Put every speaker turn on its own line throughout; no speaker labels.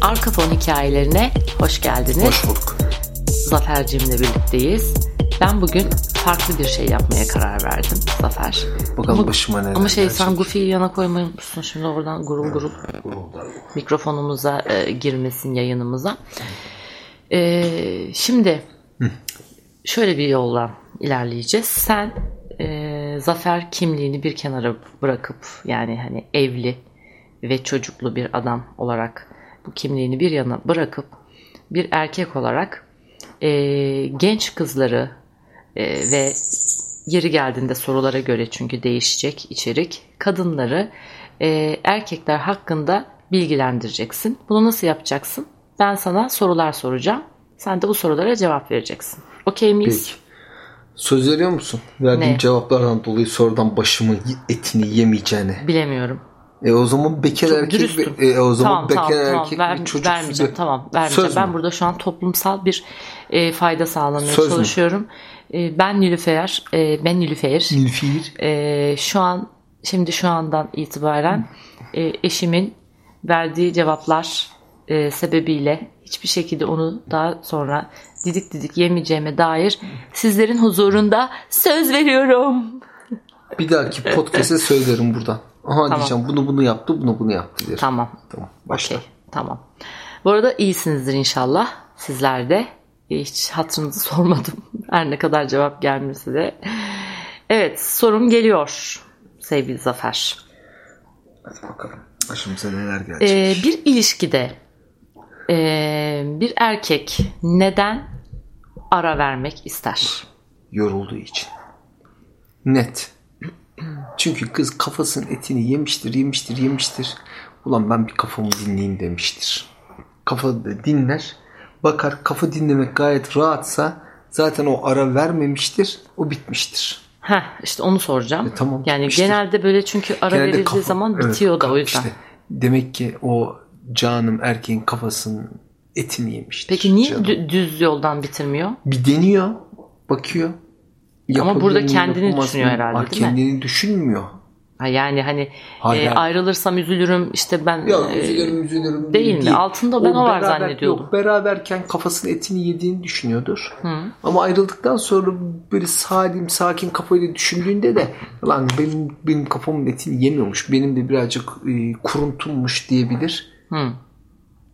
Arka fon hikayelerine hoş geldiniz.
Hoş bulduk.
Zafer'cimle birlikteyiz. Ben bugün farklı bir şey yapmaya karar verdim Zafer.
Bakalım
Ama-
başıma neler
Ama şey
gelecek.
sen Goofy'yi yana koymamışsın şimdi oradan gurul gurul mikrofonumuza e, girmesin yayınımıza. E, şimdi şöyle bir yolla ilerleyeceğiz. Sen e, Zafer kimliğini bir kenara bırakıp yani hani evli ve çocuklu bir adam olarak bu kimliğini bir yana bırakıp bir erkek olarak e, genç kızları e, ve yeri geldiğinde sorulara göre çünkü değişecek içerik kadınları e, erkekler hakkında bilgilendireceksin. Bunu nasıl yapacaksın? Ben sana sorular soracağım. Sen de bu sorulara cevap vereceksin. Okey miyiz?
Peki. Söz veriyor musun? Verdiğim
Ne?
cevaplardan dolayı sorudan başımın etini yemeyeceğine.
Bilemiyorum.
E o zaman bekar
Çok
erkek
dürüstüm.
ve- e o zaman
Tamam
bekar
tamam tamam.
erkek
Ver-
bir çocuk
vermeyeceğim.
bir-
Tamam vermeyeceğim.
Söz
ben
mü?
burada şu an toplumsal bir e, fayda sağlamaya
Söz mü?
çalışıyorum. E, ben Nilüfer. e, ben Nilüfer.
Nilfir.
Ee, şu an şimdi şu andan itibaren e, eşimin verdiği cevaplar e, sebebiyle hiçbir şekilde onu daha sonra didik didik yemeyeceğime dair sizlerin huzurunda söz veriyorum.
Bir dahaki podcast'e söylerim buradan. Aha diyeceğim bunu bunu yaptı bunu bunu yaptı derim. Tamam.
Tamam.
Başla.
Okey, tamam. Bu arada iyisinizdir inşallah. Sizler de E, hiç hatırınızı sormadım. Her ne kadar cevap gelmesi de. Evet, sorum geliyor sevgili Zafer.
Hadi bakalım. Başımıza neler gelecek.
Ee, bir ilişkide ee, bir erkek neden ara vermek ister?
Yorulduğu için. Net. Çünkü kız kafasının etini yemiştir, yemiştir, yemiştir. Ulan ben bir kafamı dinleyeyim demiştir. Kafa da dinler. Bakar kafa dinlemek gayet rahatsa zaten o ara vermemiştir. O bitmiştir.
Heh, işte onu soracağım.
E, tamam,
yani
işte.
genelde böyle çünkü ara
Genelde
verildiği
kafa-
zaman
evet,
bitiyor da
kafa
o yüzden.
işte. demek ki o canım erkeğin kafasının etini yemiştir.
Peki niye
Canım.
dü- düz yoldan bitirmiyor?
Bir deniyor, bakıyor. Yapabilir
burada
mi,
kendini
yapamaz
düşünüyor
mı?
herhalde,
Ha,
değil mi?
kendini düşünmüyor.
Ha, yani hani
Hayır,
e,
hayır.
ayrılırsam üzülürüm işte ben
Yok
e,
üzülürüm üzülürüm.
değil mi? Altında ben o var zannediyordum.
Yok beraberken kafasının etini yediğini düşünüyordur.
Hı.
Ama ayrıldıktan sonra böyle salim sakin kafayla düşündüğünde de lan benim benim kafamın etini yemiyormuş. Benim de birazcık e, kuruntummuş diyebilir.
Hı.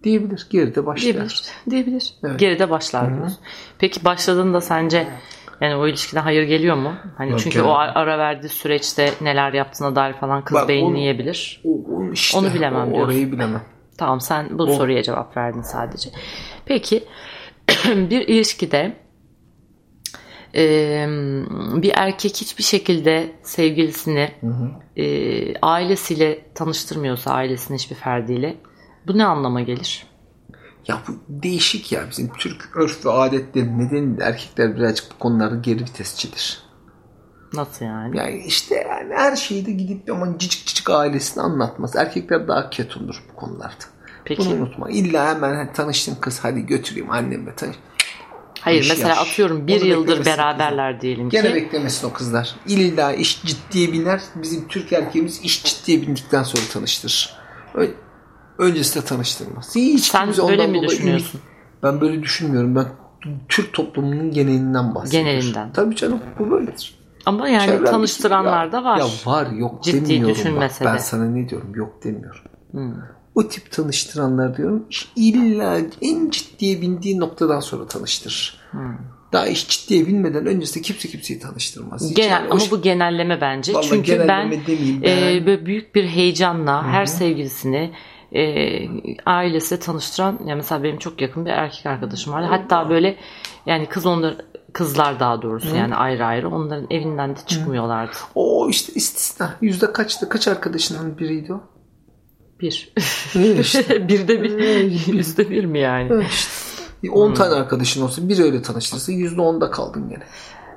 Diyebilir. Geride başlar.
Diyebilir. Diyebilir.
Evet.
Geride başlar diyorsun. Peki başladığında sence yani o ilişkiden hayır geliyor mu? Hani
Yok,
çünkü
gelmez.
o ar- ara verdiği süreçte neler yaptığına dair falan kız
Bak,
beynini
onu-
yiyebilir.
O- onu, işte,
Onu bilemem
o-
diyorsun.
Orayı bilemem.
Tamam sen bu
O-
soruya cevap verdin sadece. Peki bir ilişkide e, bir erkek hiçbir şekilde sevgilisini e, ailesiyle tanıştırmıyorsa ailesinin hiçbir ferdiyle bu ne anlama gelir?
Ya bu değişik ya bizim Türk örf ve adetleri nedeniyle erkekler birazcık bu konularda geri vitesçidir.
Nasıl yani?
Yani işte yani her şeyi de gidip ama cicik cicik ailesini anlatmaz. Erkekler daha ketumdur bu konularda.
Peki.
Bunu unutma. İlla hemen hani tanıştın kız hadi götüreyim annemle tanış.
Hayır
iş
mesela
yaş.
atıyorum bir
Onu
yıldır
beklemesin
beraberler diyelim ki.
Gene beklemesin o kızlar. İlla iş ciddiye biner. Bizim Türk erkeğimiz iş ciddiye bindikten sonra tanıştırır. Ö- Öncesinde tanıştırmaz. Hiç
Sen
kimse
öyle
ondan
mi
dolayı
düşünüyorsun?
ümit- Ben böyle düşünmüyorum. Ben Türk toplumunun genelinden bahsediyorum.
Genelinden.
Tabii canım bu böyledir.
Ama yani
Çevremdeki-
tanıştıranlar
ya-
da var.
Ya var yok
Ciddi
demiyorum.
düşünmese
bak. Ben
de.
sana ne diyorum yok demiyorum.
Hmm.
O tip tanıştıranlar diyorum iş illa en ciddiye bindiği noktadan sonra tanıştırır.
Hmm.
Daha iş ciddiye binmeden öncesinde kimse kimseyi tanıştırmaz. Hiç
Genel
yani o
ama
şey-
bu genelleme bence.
Vallahi
Çünkü ben,
genelleme demeyeyim,
e,
ben-
böyle büyük bir heyecanla her sevgilisini e, ailesiyle tanıştıran ya mesela benim çok yakın bir erkek arkadaşım vardı. Hatta böyle yani kız onlar kızlar daha doğrusu yani ayrı ayrı onların evinden de çıkmıyorlardı.
O işte istisna. Yüzde kaçtı? Kaç arkadaşının biriydi o?
Bir.
Ne işte.
Birde bir. Yüzde bir mi yani? Hmm.
10 tane arkadaşın olsa bir öyle tanıştırsa yüzde onda kaldın gene.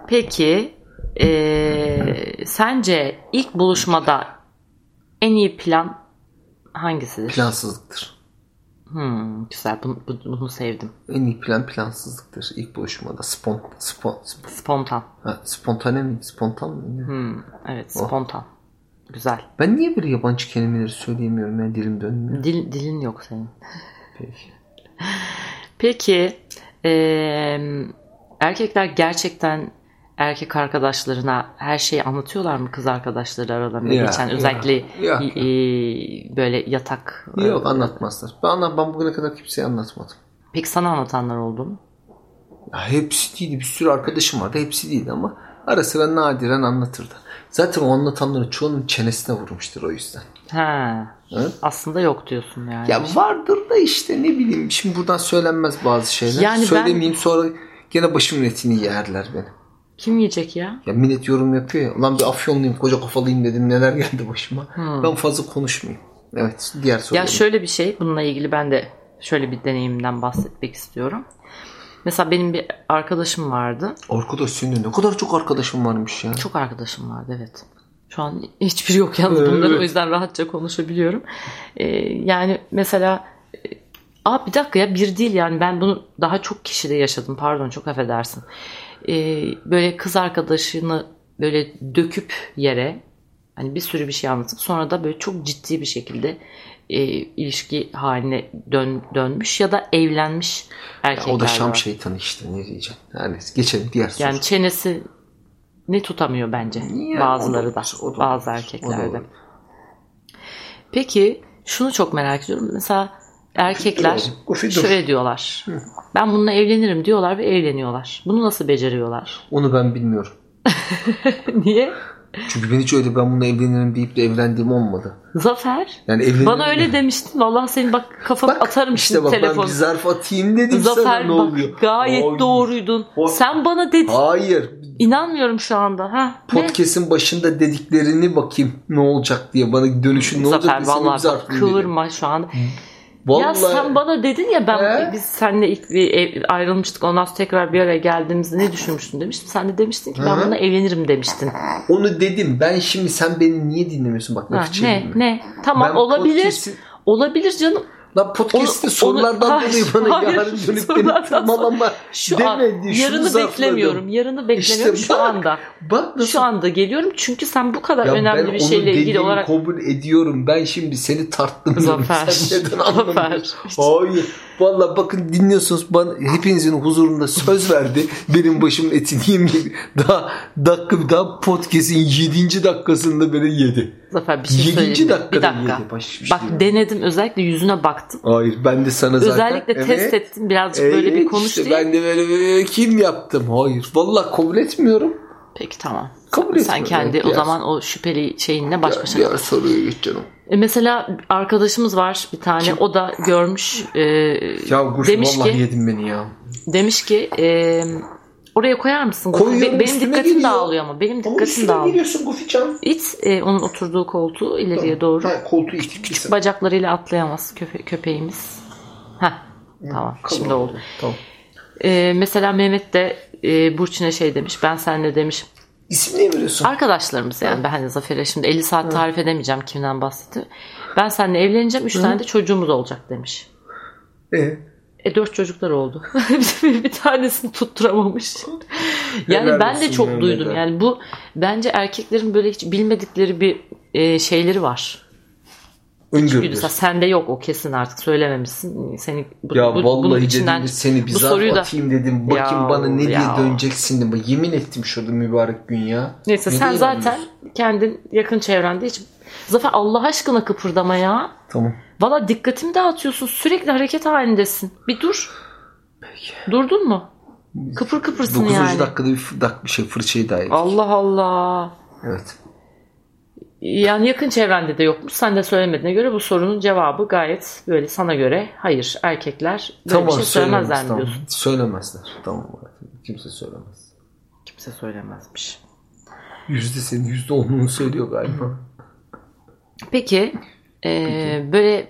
Peki eee, sence ilk buluşmada en iyi plan hangisidir?
Plansızlıktır.
Hmm, güzel bunu, bu- bunu sevdim.
En iyi plan plansızlıktır. İlk buluşmada spont, spont, spont,
Spontan.
ha, spontane mi? Spontan mı?
Hmm, evet
Oh.
spontan. Güzel.
Ben niye böyle yabancı kelimeleri söyleyemiyorum ya dilim dönmüyor.
Dil, dilin yok senin. Peki eee, erkekler gerçekten erkek arkadaşlarına her şeyi anlatıyorlar mı kız arkadaşları aralarında
Ya,
geçen
ya,
özellikle
ya.
i- i- böyle yatak e,
Yok anlatmazlar. Ben, anla- ben bugüne kadar kimseye anlatmadım.
Peki sana anlatanlar oldu mu?
Ya hepsi değildi. Bir sürü arkadaşım vardı. Hepsi değildi ama ara sıra nadiren anlatırdı. Zaten o anlatanların çoğunun çenesine vurmuştur o yüzden.
Ha.
Hı?
Aslında yok diyorsun yani.
Ya vardır da işte ne bileyim. Şimdi buradan söylenmez bazı şeyler.
Yani ben-
Söylemeyeyim sonra gene başımın etini yerler beni.
Kim yiyecek ya?
Ya millet yorum yapıyor ya. Lan bir afyonluyum koca kafalıyım dedim neler geldi başıma.
Hmm.
Ben fazla konuşmayayım. Evet diğer soru.
Ya şöyle bir şey bununla ilgili ben de şöyle bir deneyimden bahsetmek istiyorum. Mesela benim bir arkadaşım vardı.
Arkadaş senin ne kadar çok arkadaşım varmış ya.
Çok arkadaşım vardı evet. Şu an hiçbiri yok yalnız bunları
Evet.
o yüzden rahatça konuşabiliyorum. Ee, yani mesela e, Aa bir dakika ya bir değil yani ben bunu daha çok kişide yaşadım pardon çok affedersin. Ee, böyle kız arkadaşını böyle döküp yere hani bir sürü bir şey anlatıp sonra da böyle çok ciddi bir şekilde e, ilişki haline dön, dönmüş ya da evlenmiş
Ya
erkekler
o da Şam şey
var.
şeytanı işte ne diyeceğim. Her neyse geçelim diğer soru.
Yani çenesi ne tutamıyor bence
Yani
bazıları
o da
da,
olabilir, o da
bazı
olabilir, o da
erkeklerde.
olabilir.
Peki şunu çok merak ediyorum. Mesela erkekler
Kofi şey dur.
şöyle diyorlar. Ben bununla evlenirim diyorlar ve evleniyorlar. Bunu nasıl beceriyorlar?
Onu ben bilmiyorum.
Niye?
Çünkü ben hiç öyle ben bununla evlenirim deyip de evlendiğim olmadı.
Zafer
Yani evlenirim
bana
diye-
öyle demiştin. Vallahi senin bak kafanı
Bak,
atarım
işte
şimdi
bak ben
telefonu.
bir zarf atayım dedim sana
Zafer
ne
bak
oluyor.
gayet
Ay,
doğruydun.
O-
Sen bana dedin.
Hayır.
İnanmıyorum şu anda. Ha? Ne?
Podcast'in başında dediklerini bakayım ne olacak diye bana dönüşün ne olacak
Zafer
diye sana bir
vallahi
zarf
bak,
atayım dedim.
kıvırma şu an.
Vallahi,
Ya sen bana dedin ya ben
He?
biz seninle ilk bir ev- ayrılmıştık. Ondan sonra tekrar bir araya geldiğimizde ne düşünmüştün demiştim. Sen de demiştin ki ben
Hı.
buna evlenirim demiştin.
onu dedim. Ben şimdi sen beni niye dinlemiyorsun? Bak
Ha,
laf içeri
ne
girme.
ne? Tamam
Ben
olabilir.
podcast'in-
Olabilir canım.
Lan podcast'te
Onu-
sorulardan
onu-
dolayı bana
Hayır,
yarın dönüp beni
sorulardan
tırmalama
Şu an
demedi. Şunu
yarını
zarfladım.
beklemiyorum. Yarını beklemiyorum
İşte
şu
bak,
anda.
Bak nasıl
Şu anda geliyorum çünkü sen bu kadar
Ya
önemli bir
onu
şeyle ilgili
dediğimi
olarak
kabul ediyorum. Ben şimdi seni tarttım.
Zafer.
Sen neden
Zafer.
anlamıyorsun? Hayır. Valla bakın dinliyorsunuz. Bana, hepinizin huzurunda söz verdi. Benim başımın etini yemeyeyim. Daha dakika daha podcast'in 7. dakikasında beni yedi.
Zafer bir şey
7.
söyleyeyim.
dakikada
Bir dakika.
yedi. Başka bir
Bak
şey yok.
denedim özellikle yüzüne baktım.
Hayır ben de sana zaten.
Özellikle test
Evet.
ettim birazcık böyle bir
Evet,
konuş
işte
diye.
Ben de böyle, böyle kim yaptım? Hayır. Valla kabul etmiyorum.
Peki tamam.
Kabul
Sen
etmiyorum.
kendi o
Diğer-
zaman o şüpheli şeyinle baş başa
Diğer soruya geç canım.
E, Mesela arkadaşımız var bir tane o da görmüş e,
Ya Gurşu
Demiş
vallahi
ki-
yedin beni ya.
demiş ki e, oraya koyar mısın? Be-
Koyuyorum,
benim
üstüne
dikkatim
geliyor.
dağılıyor ama benim
Ama
dikkatim
üstüne
dağılıyor.
geliyorsun Gufican.
İt e, onun oturduğu koltuğu ileriye doğru
Ha, koltuğu itti. Küçük
bacaklarıyla atlayamaz köpe- köpeğimiz. Heh, tamam şimdi oldu.
Tamam.
E, mesela Mehmet de e, Burçin'e şey demiş ben seninle demiş
İsim ne veriyorsun?
Arkadaşlarımız yani ben hani Zafer'e şimdi 50 saat tarif edemeyeceğim kimden bahsetti. Ben seninle evleneceğim 3 tane de çocuğumuz olacak demiş.
Ee,
E dört çocuklar oldu. bir, bir tanesini tutturamamış. yani
Helal
ben de
olsun
çok
Mehmet'e.
duydum. Yani bu bence erkeklerin böyle hiç bilmedikleri bir e, şeyleri var.
öngörüler.
Mesela sende yok o kesin artık söylememişsin. Seni bu,
Ya
bu- bunun
vallahi
içinden
dedim de seni bir
bu
zarf
soruyu da-
atayım dedim. Bakayım
Ya,
bana ne diye
ya.
döneceksin dedim. Yemin ettim şurada mübarek gün ya.
Neyse
Ne
sen
diye
zaten
anlıyorsun?
kendin yakın çevrende hiç Zafer Allah aşkına kıpırdama ya.
Tamam.
Valla dikkatimi dağıtıyorsun. Sürekli hareket halindesin. Bir dur. Durdun mu? Kıpır kıpırsın
9.
yani.
dakikada bir, fı- dak, bir şey fırçayı daha yedik.
Allah Allah.
Evet.
Yani yakın çevrende de yokmuş. Sen de söylemediğine göre bu sorunun cevabı gayet böyle sana göre hayır erkekler böyle bir şey
söylemez,
söylemezler mi
tamam.
diyorsun?
Söylemezler. Tamam. Kimse söylemez.
Kimse söylemezmiş.
Yüzde senin yüzde onunu söylüyor galiba.
Peki eee, böyle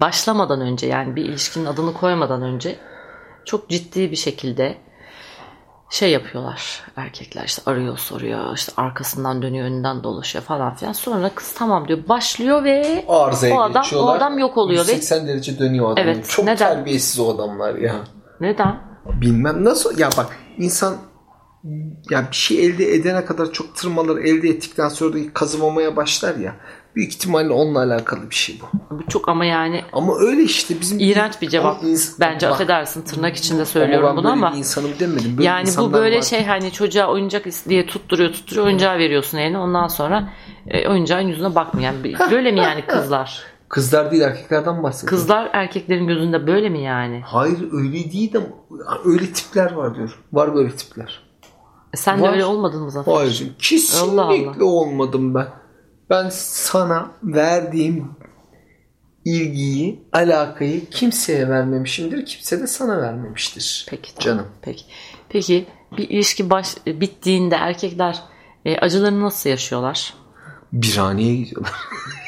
başlamadan önce yani bir ilişkinin adını koymadan önce çok ciddi bir şekilde şey yapıyorlar erkekler işte arıyor soruyor işte arkasından dönüyor önünden dolaşıyor falan filan sonra kız tamam diyor başlıyor ve
Arızaya
o adam o
geçiyorlar.
adam yok oluyor ve
180 derece dönüyor adam.
Evet,
Çok
neden?
terbiyesiz o adamlar ya.
neden
Bilmem nasıl ya bak insan ya bir şey elde edene kadar çok tırmalar elde ettikten sonra da kazımamaya başlar ya. Büyük ihtimalle onunla alakalı bir şey bu.
Bu çok ama yani
Ama öyle işte bizim...
iğrenç bir cevap.
Ama ins-
Bence
Bak,
affedersin tırnak içinde söylüyorum
ben
bunu
böyle
ama.
bir insanım demedim. Böyle
Yani bu
insanlar
böyle
var.
şey hani çocuğa oyuncak is- diye tutturuyor tutturuyor oyuncağı veriyorsun eline ondan sonra e, oyuncağın yüzüne bakmıyor. Yani bir- böyle mi yani kızlar?
Kızlar değil erkeklerden
şey-
bahsediyorum.
Kızlar erkeklerin gözünde böyle mi yani?
Hayır öyle değil de öyle tipler var diyor. Var böyle tipler.
E, Sen de
Var.
öyle olmadın mı Zafer?
Hayır kesinlikle
Allah Allah.
olmadım ben. Ben sana verdiğim ilgiyi, alakayı kimseye vermemişimdir. Kimse de sana vermemiştir.
Peki. tamam.
Canım.
Peki. Peki bir ilişki baş e, bittiğinde erkekler e, acılarını nasıl yaşıyorlar?
Bir haneye gidiyorlar.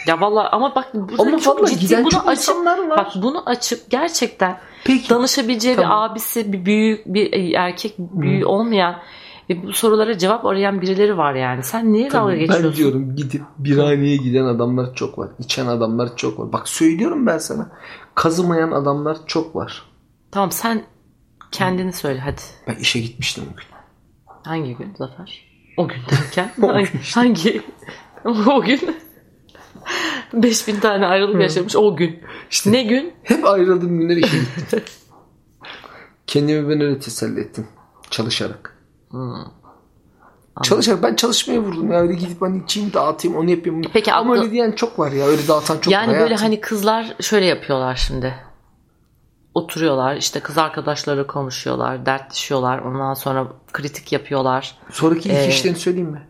Ya vallahi ama bak burada
Ama
çok
vallahi
ciddi
giden
bunu
çok
açıp
insanlar var.
bak bunu açıp gerçekten
Peki.
danışabileceği
Tamam.
bir abisi, bir büyük bir e, erkek büyüğü olmayan e, bu sorulara cevap arayan birileri var yani. Sen niye
Tabii,
dalga
ben
geçiyorsun?
diyorum gidip birhaneye giden adamlar çok var. İçen adamlar çok var. Bak söylüyorum ben sana. Kazımayan adamlar çok var.
Tamam sen kendini söyle hadi.
Ben işe gitmiştim bugün.
Hangi gün Zafer? O gün derken hangi? hangi o gün 5000 tane ayrılık yaşamış o gün.
İşte-
ne gün?
Hep ayrıldığım günler işe gittim. Kendimi ben öyle teselli ettim. Çalışarak.
Hmm.
Çalışarak ben çalışmaya vurdum ya öyle gidip hani içeyim dağıtayım onu yapayım. bunu-
Peki
Ama
aklı-
öyle diyen çok var ya öyle dağıtan çok
yani
var.
böyle
hayatım.
hani kızlar şöyle yapıyorlar şimdi. Oturuyorlar işte kız arkadaşları konuşuyorlar, dertleşiyorlar. Ondan sonra kritik yapıyorlar.
Sonraki ilk
Ee,
işlerini söyleyeyim mi?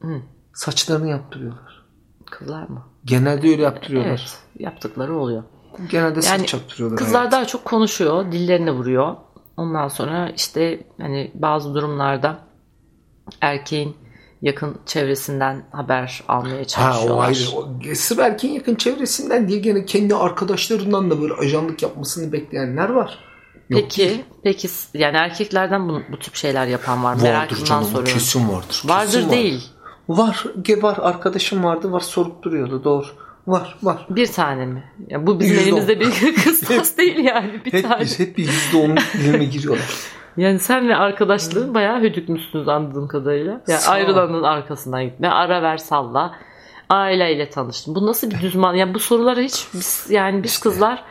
Hı.
Saçlarını yaptırıyorlar.
Kızlar mı?
Genelde öyle yaptırıyorlar.
Evet. Yaptıkları oluyor.
Genelde
Yani
saç yaptırıyorlar.
Kızlar
hayatım.
daha çok konuşuyor, dillerini vuruyor. Ondan sonra işte hani bazı durumlarda erkeğin yakın çevresinden haber almaya
Ha o
çalışıyorlar.
ayrı. O, e, sırf erkeğin yakın çevresinden diye gene kendi arkadaşlarından da böyle ajanlık yapmasını bekleyenler var. Yok değil.
peki, peki s- yani erkeklerden bu, bu tip şeyler yapan var mı?
Vardır
Merakımdan
canım,
soruyorum.
Kesin vardır.
Vardır
kesin
değil.
Var, ge- var arkadaşım vardı, var sorup duruyordu, doğru. Var, var.
Bir tane mi? Ya bu bizim
Yüzde on.
elimizde bir kıstas değil yani bir
Hep
tane.
bir, hep bir yüzde onun diline giriyorlar.
Yani sen ve arkadaşlığın bayağı hüdükmüşsünüz anladığım kadarıyla. Yani
Sağ ol.
ayrılanın arkasından gitme, ara ver salla. Aileyle tanıştın. Bu
Eh.
nasıl bir düzman? Yani bu sorulara hiç biz yani biz kızlar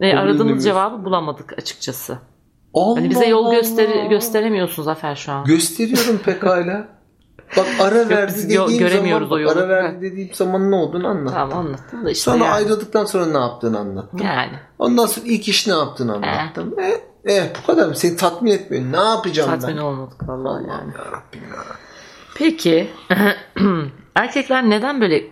e,
Onu
aradığımız
dinlemiyoruz.
cevabı bulamadık açıkçası.
Allah
Hani bize yol gösteri
Allah.
gösteremiyorsun Zafer şu an.
Gösteriyorum pekala. Bak ara verdi
biz gö-
dediğim
göremiyoruz o
zaman,
yolu.
bak, ara verdi dediğim zaman ne olduğunu anlat.
tamam anlattım da işte
Sonra
yani.
ayrıldıktan sonra ne yaptığını anlat.
yani.
Ondan sonra ilk iş ne yaptığını anlattım. E, e, bu kadar mı? Seni tatmin etmiyor. Ne yapacağım
Tatmin
ben?
olmadık vallahi yani.
Yarabbim ya.
Peki erkekler neden böyle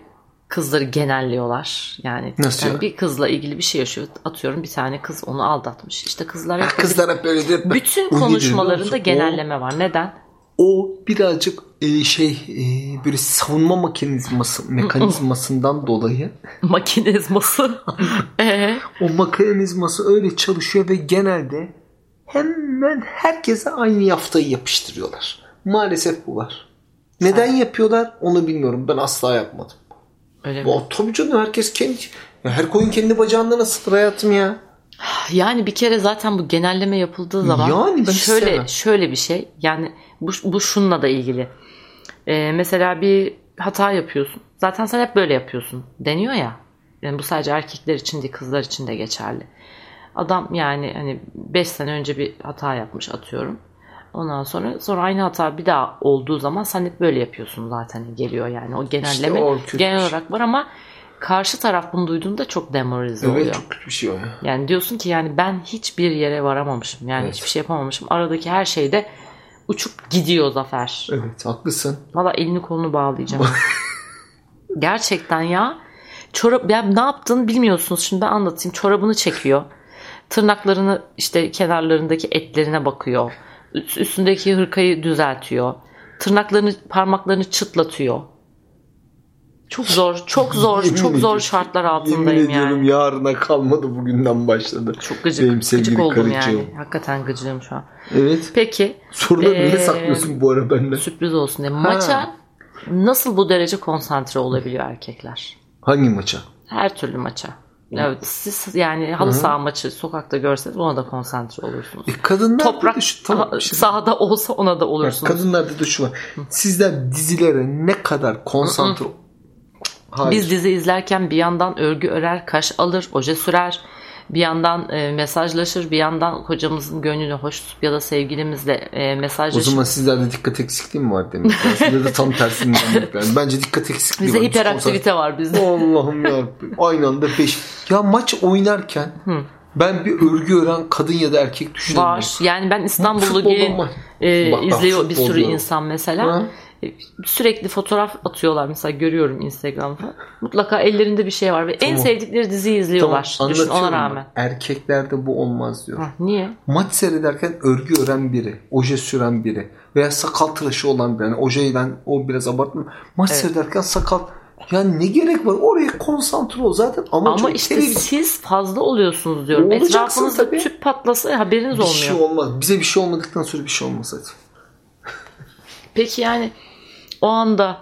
kızları genelliyorlar? Yani,
Nasıl
yani
ya?
bir kızla ilgili bir şey yaşıyor. Atıyorum bir tane kız onu aldatmış. İşte kızlar hep
Kızlara böyle de...
bütün
Bu gidiyor,
konuşmalarında
biliyor musun?
genelleme var. Neden?
o birazcık e, şey e, böyle savunma mekanizması mekanizmasından dolayı
Makinizması. ee,
o mekanizması öyle çalışıyor ve genelde hemen herkese aynı yaftayı yapıştırıyorlar. Maalesef bu var. Neden yapıyorlar onu bilmiyorum. Ben asla yapmadım.
öyle mi?
O tabii canım herkes kendi ya her koyun kendi bacağında nasıl hayatım ya?
Yani bir kere zaten bu genelleme yapıldığı zaman
Yani ben
şöyle
istemem.
şöyle bir şey. Yani bu bu şununla da ilgili. Ee, mesela bir hata yapıyorsun. Zaten sen hep böyle yapıyorsun deniyor ya. Yani bu sadece erkekler için değil kızlar için de geçerli. Adam yani hani 5 sene önce bir hata yapmış atıyorum. Ondan sonra sonra aynı hata bir daha olduğu zaman sen hep böyle yapıyorsun zaten geliyor yani. O genelleme
o kötü
genel
bir şey.
olarak var ama karşı taraf bunu duyduğunda çok demoralize oluyor.
Evet çok kötü bir şey o. ya.
Yani diyorsun ki yani ben hiçbir yere varamamışım. Yani
Evet.
hiçbir şey yapamamışım. Aradaki her şeyde uçup gidiyor Zafer.
Evet haklısın.
Valla elini kolunu bağlayacağım. Gerçekten ya. Çorap ya ne yaptığını bilmiyorsunuz. Şimdi ben anlatayım. Çorabını çekiyor. Tırnaklarını işte kenarlarındaki etlerine bakıyor. Üst- Üstündeki hırkayı düzeltiyor. Tırnaklarını parmaklarını çıtlatıyor. Çok zor, çok zor,
Yemin
çok zor
ediyorum.
şartlar altındayım
Yemin ediyorum
yani.
yarına kalmadı bugünden başladı.
Çok gıcık,
Benim sevgili
gıcık oldum
karıcığım.
yani. Hakikaten gıcığım şu an.
Evet.
Peki
Soruları
Ee,
niye saklıyorsun bu ara benden?
sürpriz olsun diye. Maça nasıl bu derece konsantre olabiliyor erkekler?
Hangi maça?
Her türlü maça. Evet, siz yani halı saha maçı sokakta görseniz ona da konsantre olursunuz.
E kadınlarda
Toprak
da şu tamam,
aha,
işte-
sahada olsa ona da
Bak,
olursunuz.
kadınlarda da şu var. Sizler dizilere ne kadar konsantre Hayır.
Biz dizi izlerken bir yandan örgü örer, kaş alır, oje sürer. Bir yandan e, mesajlaşır, bir yandan kocamızın gönlünü hoş tutup ya da sevgilimizle e,
O
mesajlaşır.
zaman sizlerde dikkat eksikliği mi var demek? Ben Sizde de tam tersini demek. Yani bence dikkat eksikliği
Bize
var.
hiperaktivite var bizde.
Allah'ım ya aynı anda 5. Ya maç oynarken ben bir örgü ören kadın ya da erkek düşünemiyorum.
Var. Yani ben İstanbul'da
Futbolda
gelin
var.
e,
Bak, bak,
izliyor bir sürü
futbolda.
insan mesela.
Ha?
E, Sürekli fotoğraf atıyorlar mesela görüyorum Instagram'da. Mutlaka ellerinde bir şey var ve en
Tamam.
sevdikleri diziyi izliyorlar. Düşün
anlatıyorum
ona
ben.
rağmen.
Erkeklerde bu olmaz diyor.
Hah, niye?
Maç seyrederken örgü ören biri, oje süren biri veya sakal tıraşı olan biri. Yani ojeyle o biraz abartma. Maç
Evet.
seyrederken sakal yani ne gerek var? Oraya konsantre ol zaten. Ama,
Ama işte siz fazla oluyorsunuz diyorum.
Olacaksın
Etrafınızda
tabii.
tüp patlasa haberiniz
bir
olmuyor.
şey olmaz. Bize bir şey olmadıktan sonra bir şey olmaz zaten.
Peki yani o anda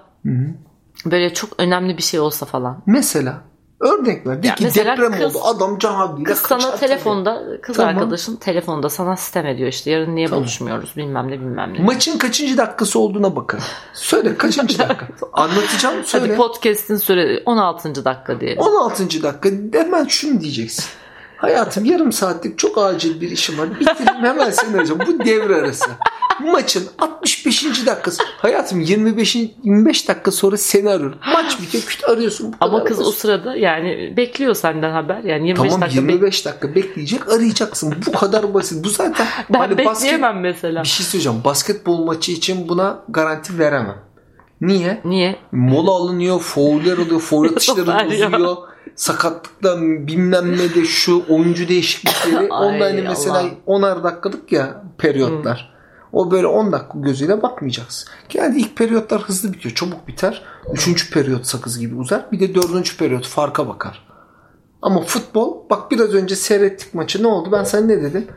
böyle çok önemli bir şey olsa falan.
Mesela örnek ver. De
Ya
ki
mesela
deprem
kız-
oldu. Adam can havliyle
Kız sana
kaçar
telefonda, kız
Tamam.
arkadaşın telefonda sana sitem ediyor işte yarın niye
Tamam.
buluşmuyoruz bilmem ne bilmem ne.
tabii. Maçın kaçıncı dakikası olduğuna bakın. Söyle kaçıncı dakika? Anlatacağım
Hadi
söyle.
podcast'in süre 16. dakika diyelim.
16. dakika hemen şunu diyeceksin. Hayatım yarım saatlik çok acil bir işim var. Bitireyim hemen seni arayacağım. Bu devre arası. Maçın 65. dakikası. Hayatım 25. 25 dakika sonra seni arıyorum. Maç bitiyor küt arıyorsun. Bu
Ama
kadar
kız o
basit.
sırada yani bekliyor senden haber. Yani 25
Tamam
dakika
25 dakika bekleyecek arayacaksın. Bu kadar basit. Bu zaten
Ben
hani basket
bekleyemem mesela.
Bir şey söyleyeceğim. Basketbol maçı için buna garanti veremem. Niye?
Niye?
Mola alınıyor, fouller oluyor, foul atışları
Süper ya.
uzuyor. Sakatlıktan bilmem ne de şu oyuncu değişiklikleri.
Ay
Onda hani mesela
Allah'ım.
10'ar dakikalık ya periyotlar. O böyle 10 dakika gözüyle bakmayacaksın. Genelde ilk periyotlar hızlı bitiyor. Çabuk biter. Üçüncü periyot sakız gibi uzar. Bir de dördüncü periyot farka bakar. Ama futbol bak biraz önce seyrettik maçı ne oldu? Ben sana ne dedim?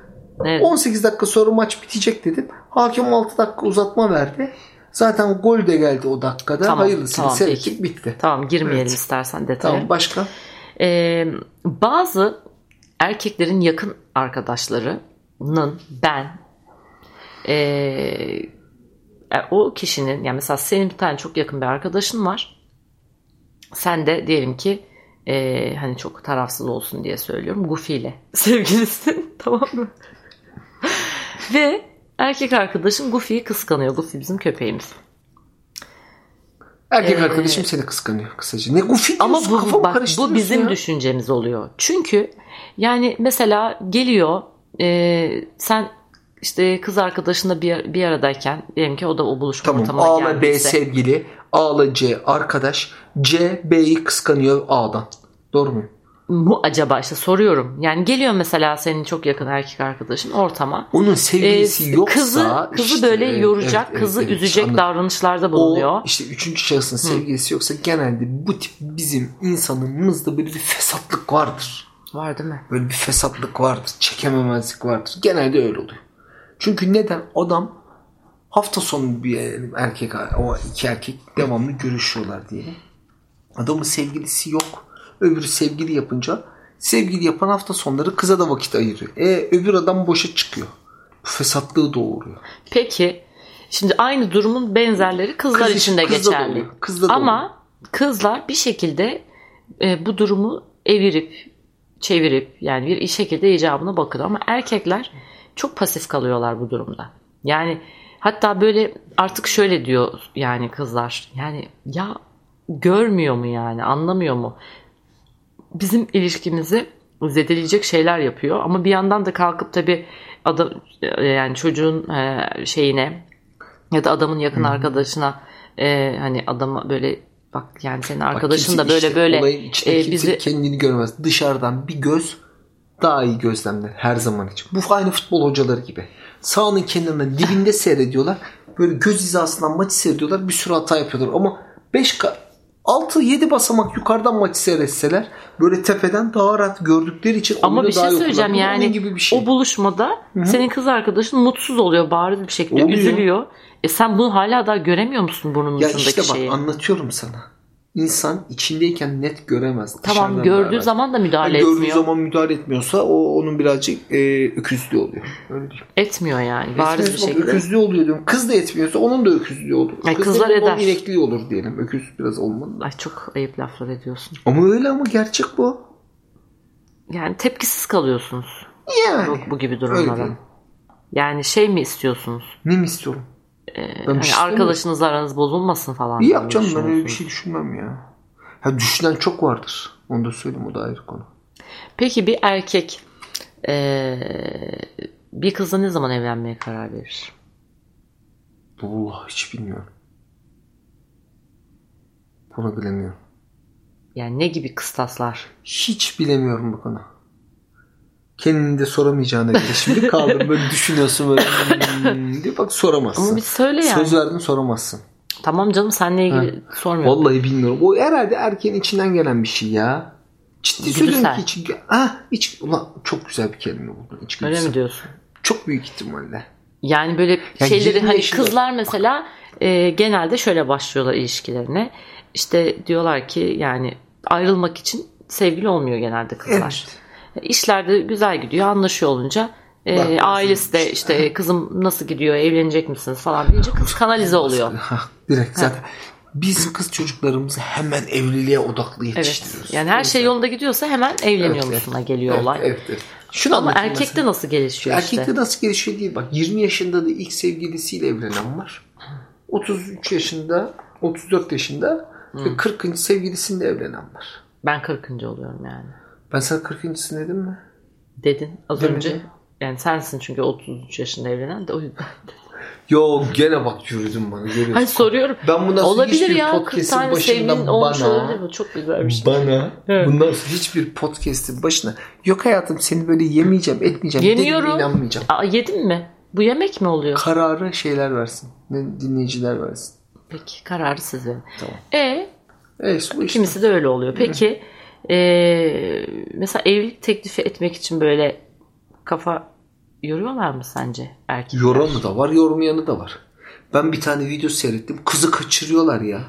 Evet.
18 dakika sonra maç bitecek dedim. Hakem 6 dakika uzatma verdi. Zaten gol de geldi o dakikada.
Tamam,
Hayırlısı
tamam,
seyrettik bitti.
Tamam girmeyelim
Evet.
istersen detaya.
Tamam başka?
Ee, bazı erkeklerin yakın arkadaşlarının ben ee, yani o kişinin yani mesela senin bir tane çok yakın bir arkadaşın var. Sen de diyelim ki ee, hani çok tarafsız olsun diye söylüyorum. Goofy ile sevgilisin tamam mı? Ve erkek arkadaşın Goofy'yi kıskanıyor. Goofy bizim köpeğimiz.
Erkek
Ee,
arkadaşım seni kıskanıyor kısaca. Ne gufi
Ama
diyorsun,
bu
kafamı
bak bu
karıştırıyorsun
bizim
ya.
düşüncemiz oluyor. Çünkü yani mesela geliyor e, sen işte kız arkadaşınla bir, bir aradayken diyelim ki o da o buluşma
Tamam
ortamına
A'la B
geldiyse.
sevgili, A'la C arkadaş, C B'yi kıskanıyor A'dan. Doğru mu?
Mu acaba işte soruyorum. Yani geliyor mesela senin çok yakın erkek arkadaşın ortama.
Onun
E,
sevgilisi yoksa
kızı kızı
işte,
böyle
evet,
yoracak,
evet,
kızı
evet,
üzecek
anladım.
davranışlarda
O
bulunuyor.
işte üçüncü şahısın sevgilisi yoksa genelde bu tip bizim insanımızda böyle bir fesatlık vardır.
Var değil mi?
Böyle bir fesatlık vardır. Çekememezlik vardır. Genelde öyle oluyor. Çünkü neden? Adam hafta sonu bir erkek, o iki erkek devamlı görüşüyorlar diye. Adamın sevgilisi yok. Öbürü sevgili yapınca sevgili yapan hafta sonları kıza da vakit ayırıyor. E öbür adam boşa çıkıyor. Bu fesatlığı doğuruyor.
Peki şimdi aynı durumun benzerleri kızlar
Kız-
için de
kızda da
geçerli.
oluyor, kızda da oluyor.
Ama kızlar bir şekilde e, bu durumu evirip çevirip yani bir şekilde icabına bakıyor ama erkekler çok pasif kalıyorlar bu durumda. Yani hatta böyle artık şöyle diyor yani kızlar yani ya görmüyor mu yani anlamıyor mu? Bizim ilişkimizi zedeleyecek şeyler yapıyor ama bir yandan da kalkıp tabii adam yani çocuğun e, şeyine ya da adamın yakın arkadaşına e, hani adama böyle bak yani senin
Bak
arkadaşın
kimse
da böyle
işte
böyle
olayın içinde
e,
kimse
bizi
kendini görmez. Dışarıdan bir göz daha iyi gözlemler her zaman için. Bu aynı futbol hocaları gibi. Sahanın kenarına dibinde seyrediyorlar. Böyle göz hizasından maçı seyrediyorlar. Bir sürü hata yapıyorlar ama 5 6 7 basamak yukarıdan maçı seyretseler böyle tepeden daha rahat gördükleri için
ama
oyuna
bir şey
daha iyi
söyleyeceğim
okurlar. Bunun
yani
gibi bir şey.
o buluşmada senin kız arkadaşın mutsuz oluyor bariz bir şekilde
Oluyor.
üzülüyor. E sen bunu hala daha göremiyor musun burnunun
ya
ucundaki
işte bak
şeyi?
anlatıyorum sana. insan içindeyken net göremez.
Tamam
Dışarıdan
gördüğü
beraber.
zaman da müdahale
Yani Hani gördüğü
etmiyor.
zaman müdahale etmiyorsa o onun birazcık e, öküzlüğü oluyor. Öyle diyeyim.
Etmiyor yani bariz bir
Öküzlüğü-
şekilde.
Öküzlüğü oluyor diyorum. Kız da etmiyorsa onun da öküzlüğü olur.
Ay,
Kız
kızlar
da onun
eder.
inekliği olur diyelim. Öküz biraz olmalı.
Ay çok ayıp laflar ediyorsun.
Ama öyle ama gerçek bu.
Yani tepkisiz kalıyorsunuz bu,
Yani.
bu gibi
Öyle
durumlara.
diyeyim.
Yani şey mi istiyorsunuz?
Ne mi istiyorum?
Ee,
bir
hani
şey istemiyorum.
arkadaşınız aranız bozulmasın falan.
İyi
diye
yapacağım ben öyle bir
düşünüyorsunuz.
şey düşünmem ya. Ha düşünen çok vardır. Onu da söyleyeyim o da ayrı konu. şey-
Peki bir erkek ee, bir kızla ne zaman evlenmeye karar verir?
Vallahi hiç bilmiyorum. Bunu bilemiyorum.
Yani ne gibi kıstaslar?
Hiç bilemiyorum bu konu. Kendini de soramayacağına göre şimdi kaldım böyle düşünüyorsun böyle hmm diye bak soramazsın.
Ama bir söyle yani.
Söz verdim soramazsın.
Tamam canım senle ilgili sormuyorum.
Vallahi bilmiyorum. O herhalde erkeğin içinden gelen bir şey ya. Ciddi
Güdüsel.
söylüyorum ki içi, ah, iç, ulan çok güzel bir kelime buldun.
Öyle
İçgüdüsel.
mi diyorsun?
Çok büyük ihtimalle.
Yani böyle
Yani
şeyleri
20
hani
yaşında-
kızlar mesela e, genelde şöyle başlıyorlar ilişkilerine. İşte diyorlar ki yani ayrılmak için sevgili olmuyor genelde kızlar.
Evet.
İşlerde güzel gidiyor anlaşıyor olunca e,
Bak,
ailesi de işte "E, kızım nasıl gidiyor evlenecek misiniz falan deyince kız kanalize oluyor.
Ha, direkt zaten. Biz kız çocuklarımızı hemen evliliğe odaklı
Evet.
yetiştiriyoruz.
Yani her şey yolunda gidiyorsa hemen evleniyor
Evet, evet.
musun'a geliyor
Evet,
olay.
Evet, evet. Şunu
Ama
anlatayım ben sana.
erkekte nasıl gelişiyor işte?
Erkekte nasıl gelişiyor değil. Bak 20 yaşında da ilk sevgilisiyle evlenen var. 33 yaşında, 34 yaşında ve 40. sevgilisiyle evlenen var.
Ben 40. oluyorum yani.
Ben sana 40.sın dedim mi?
Dedin az
Demedim.
önce. Yani sensin çünkü 33 yaşında evlenen de o yüzden.
Yo gene bak yürüdüm bana görüyorsun.
Hayır soruyorum.
ben bundan sonra
olabilir
hiçbir
ya 40
podcast'in
tane sevgilin
başından
olmuş olabilir
bana
mi? Çok güzel bir şey.
bana
Evet.
bundan sonra hiçbir podcast'in başına yok hayatım seni böyle yemeyeceğim etmeyeceğim
Yemiyorum.
dediğime inanmayacağım.
Aa, yedin mi? Bu yemek mi oluyor?
Kararı şeyler versin. ne- Dinleyiciler versin.
Peki kararı siz verin.
Tamam.
E
Evet, bu işte.
kimisi de öyle oluyor. Peki e, mesela evlilik teklifi etmek için böyle kafa yoruyorlar mı sence erkekler?
Yoranı da var, yormayanı da var. Ben bir tane video seyrettim. Kızı kaçırıyorlar ya.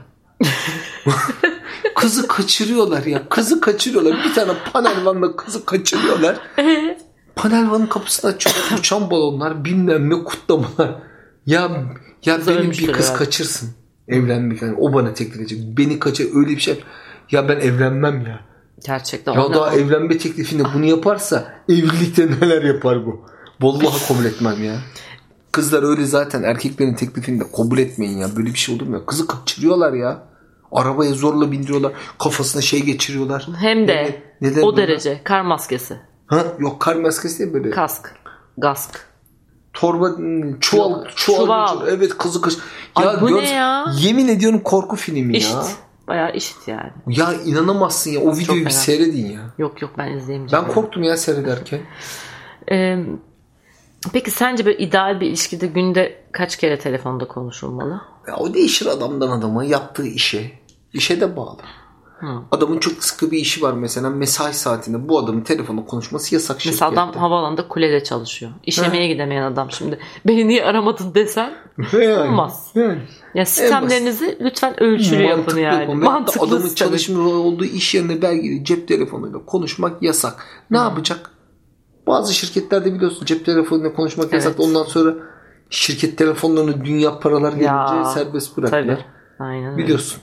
kızı kaçırıyorlar ya. Kızı kaçırıyorlar. Bir tane panelvanla kızı kaçırıyorlar. Panelvanın kapısını açıyorlar. Uçan balonlar, bilmem ne kutlamalar. Ya ya
Kız
benim bir
ölmüştür
kız
herhalde.
kaçırsın. Evlenmek yani o bana teklif edecek. Beni kaçır öyle bir şey. Ya ben evlenmem ya.
Gerçekten.
Ya
onlar-
daha evlenme teklifinde bunu yaparsa evlilikte neler yapar bu? Vallahi kabul etmem ya. Kızlar öyle zaten erkeklerin teklifini de kabul etmeyin ya. Böyle bir şey olur mu ya? Kızı kaçırıyorlar ya. Arabaya zorla bindiriyorlar. Kafasına şey geçiriyorlar.
Hem de
Neden- neden
o
bunlar?
derece kar maskesi,
Ha? Yok kar maskesi değil böyle.
kask, gask.
Torba hmm, çuval,
Yok,
çuval.
çuval.
götür- Evet kızı kaç.
Ay bu ne ya?
Yemin ediyorum korku filmi ya.
İşit. Bayağı işit yani.
Ya inanamazsın ya. O videoyu bir
fena.
seyredin ya.
Yok yok ben izleyemeyeceğim.
Ben korktum ya seyrederken.
Ee, peki sence böyle ideal bir ilişkide günde kaç kere telefonda konuşulmalı?
Ya o değişir adamdan adama yaptığı işe. İşe de bağlı.
Hı.
Adamın çok sıkı bir işi var mesela mesai saatinde bu adamın telefonla konuşması yasak şirkette.
Mesela adam havaalanında kulede çalışıyor. İşlemeye gidemeyen adam şimdi. Beni niye aramadın desen.
yani,
Olmaz.
Yani.
Ya sistemlerinizi lütfen ölçülü yapın
Mantıklı
yani.
konu. Veyahut da Adamın
Mantıklı. çalış.
çalışmıyor olduğu iş yerine belgeli cep telefonuyla konuşmak yasak.
Hmm.
Ne yapacak? Bazı şirketlerde biliyorsun cep telefonuyla konuşmak yasak. da Ondan sonra şirket telefonlarını dünya paralar gelince
Ya,
serbest
Tabii. Hmm.
bıraktılar.
Aynen öyle.
Biliyorsun.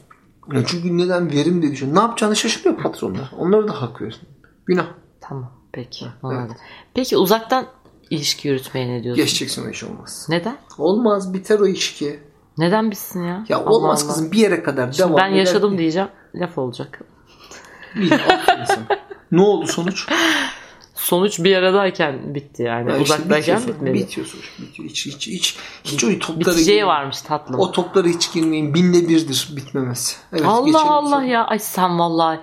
Ya çünkü neden verim diye düşün. Ne yapacağını şaşırıyor patronlar. Onlara da hak verirsin. Günah.
Tamam peki. anladım. Peki uzaktan ilişki yürütmeye ne diyorsun?
Geçeceksin o iş olmaz.
Neden?
Olmaz biter o iş ki.
Neden bitsin ya?
Ya
Allah
olmaz
Allah.
kızım bir yere kadar
Şimdi
devam
ben
eder
yaşadım
ki.
diyeceğim. Laf olacak.
İyi, aferin sana. ne oldu sonuç?
Sonuç bir aradayken bitti yani.
Ya işte şey-
Uzaktayken
bitiyor sonuç,
bitmedi.
Bitiyor sonuç. Bitiyor. Hiç, hiç, hiç, hiç o toplara
Biteceği
girmeyin.
varmış tatlım.
O toplara hiç girmeyin. Binde birdir bitmemesi. Evet, geçelim şey.
Allah Allah
sonra.
ya. Ay sen vallahi.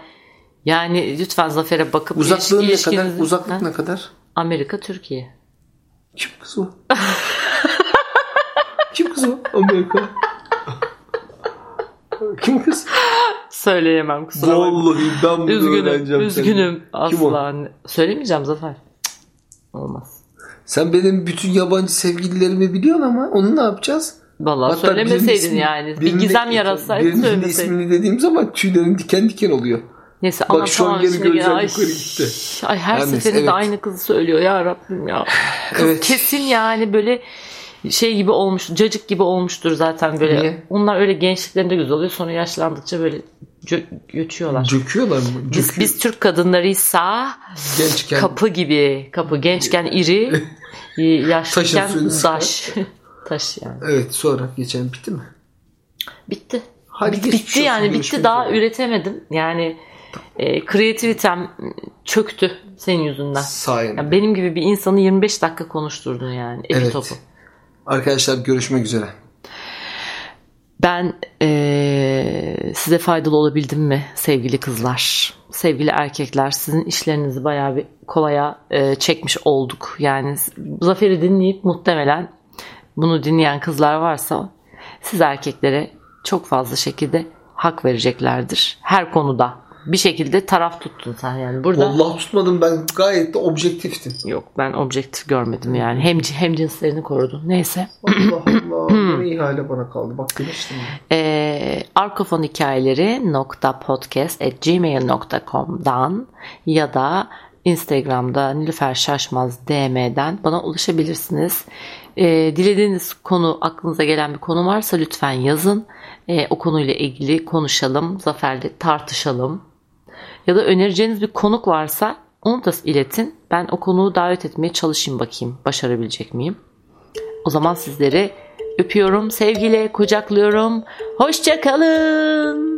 Yani lütfen Zafer'e bakıp
Uzaklığın ne
ilişki-
kadar?
ilişkinizi-
Uzaklık
Ha?
ne kadar?
Amerika Türkiye.
Kim kız o? Kim kız o? Amerika. Kim kız?
Söyleyemem kusura bakma.
Vallahi ben bunu
Üzgünüm.
öğreneceğim. senden.
Üzgünüm.
Kim o?
Asla. anne- Söylemeyeceğim Zafer. Cık, Olmaz.
Sen benim bütün yabancı sevgililerimi biliyorsun ama onu ne yapacağız?
Vallahi
Hatta birinin
söylemeseydin
ismi-
yani. Bir
birinin-
gizem yarasaydı
birinin
söylemeseydin.
ismini dediğim zaman tüylerim diken diken oluyor.
Neyse
Bak şu an
anlatamam
gene
şimdi ya.
gözler
Ay,
yukarı gitti.
Ay her
Her neyse,
seferinde
evet.
aynı kızı söylüyor ya Rabbim ya. Kız
Evet.
kesin yani böyle şey gibi olmuş, cacık gibi olmuştur zaten böyle.
Niye?
Onlar öyle gençliklerinde güzel oluyor sonra yaşlandıkça böyle gö- göçüyorlar.
Cöküyorlar mı?
Biz,
Cökü,
biz Türk kadınlarıysa
gençken
kapı gibi. Kapı gençken iri, yaşlıken
Taşın suyunu sıkar.
taş. taş yani.
Evet sonra geçen bitti mi?
Bitti.
Hadi
Bit-
geçmiş
bitti
olsun,
yani bitti
görüşmek
daha
üzere.
üretemedim. Yani e, kreativitem çöktü senin yüzünden.
Sayende.
Ya benim gibi bir insanı 25 dakika konuşturdun yani. Epi
Evet.
topu.
Arkadaşlar görüşmek üzere.
Ben e, size faydalı olabildim mi sevgili kızlar? Sevgili erkekler sizin işlerinizi bayağı bir kolaya e, çekmiş olduk. Yani Zafer'i dinleyip muhtemelen bunu dinleyen kızlar varsa siz erkeklere çok fazla şekilde hak vereceklerdir. Her konuda bir şekilde taraf tuttun sen yani burada.
Vallahi tutmadım ben gayet de objektiftim.
Yok ben objektif görmedim yani. Hem, hem cinslerini korudun. Neyse.
Allah Allah. ne ihale bana kaldı. Bak demiştim. ya.
Ee, arkofon hikayeleri gmail.com'dan ya da Instagram'da Nilüfer Şaşmaz DM'den bana ulaşabilirsiniz. Ee, dilediğiniz konu aklınıza gelen bir konu varsa lütfen yazın. Ee, o konuyla ilgili konuşalım. Zafer'le tartışalım. Ya da önereceğiniz bir konuk varsa onu da iletin. Ben o konuğu davet etmeye çalışayım bakayım. Başarabilecek miyim? O zaman sizleri öpüyorum, sevgiyle kucaklıyorum. Hoşça kalın.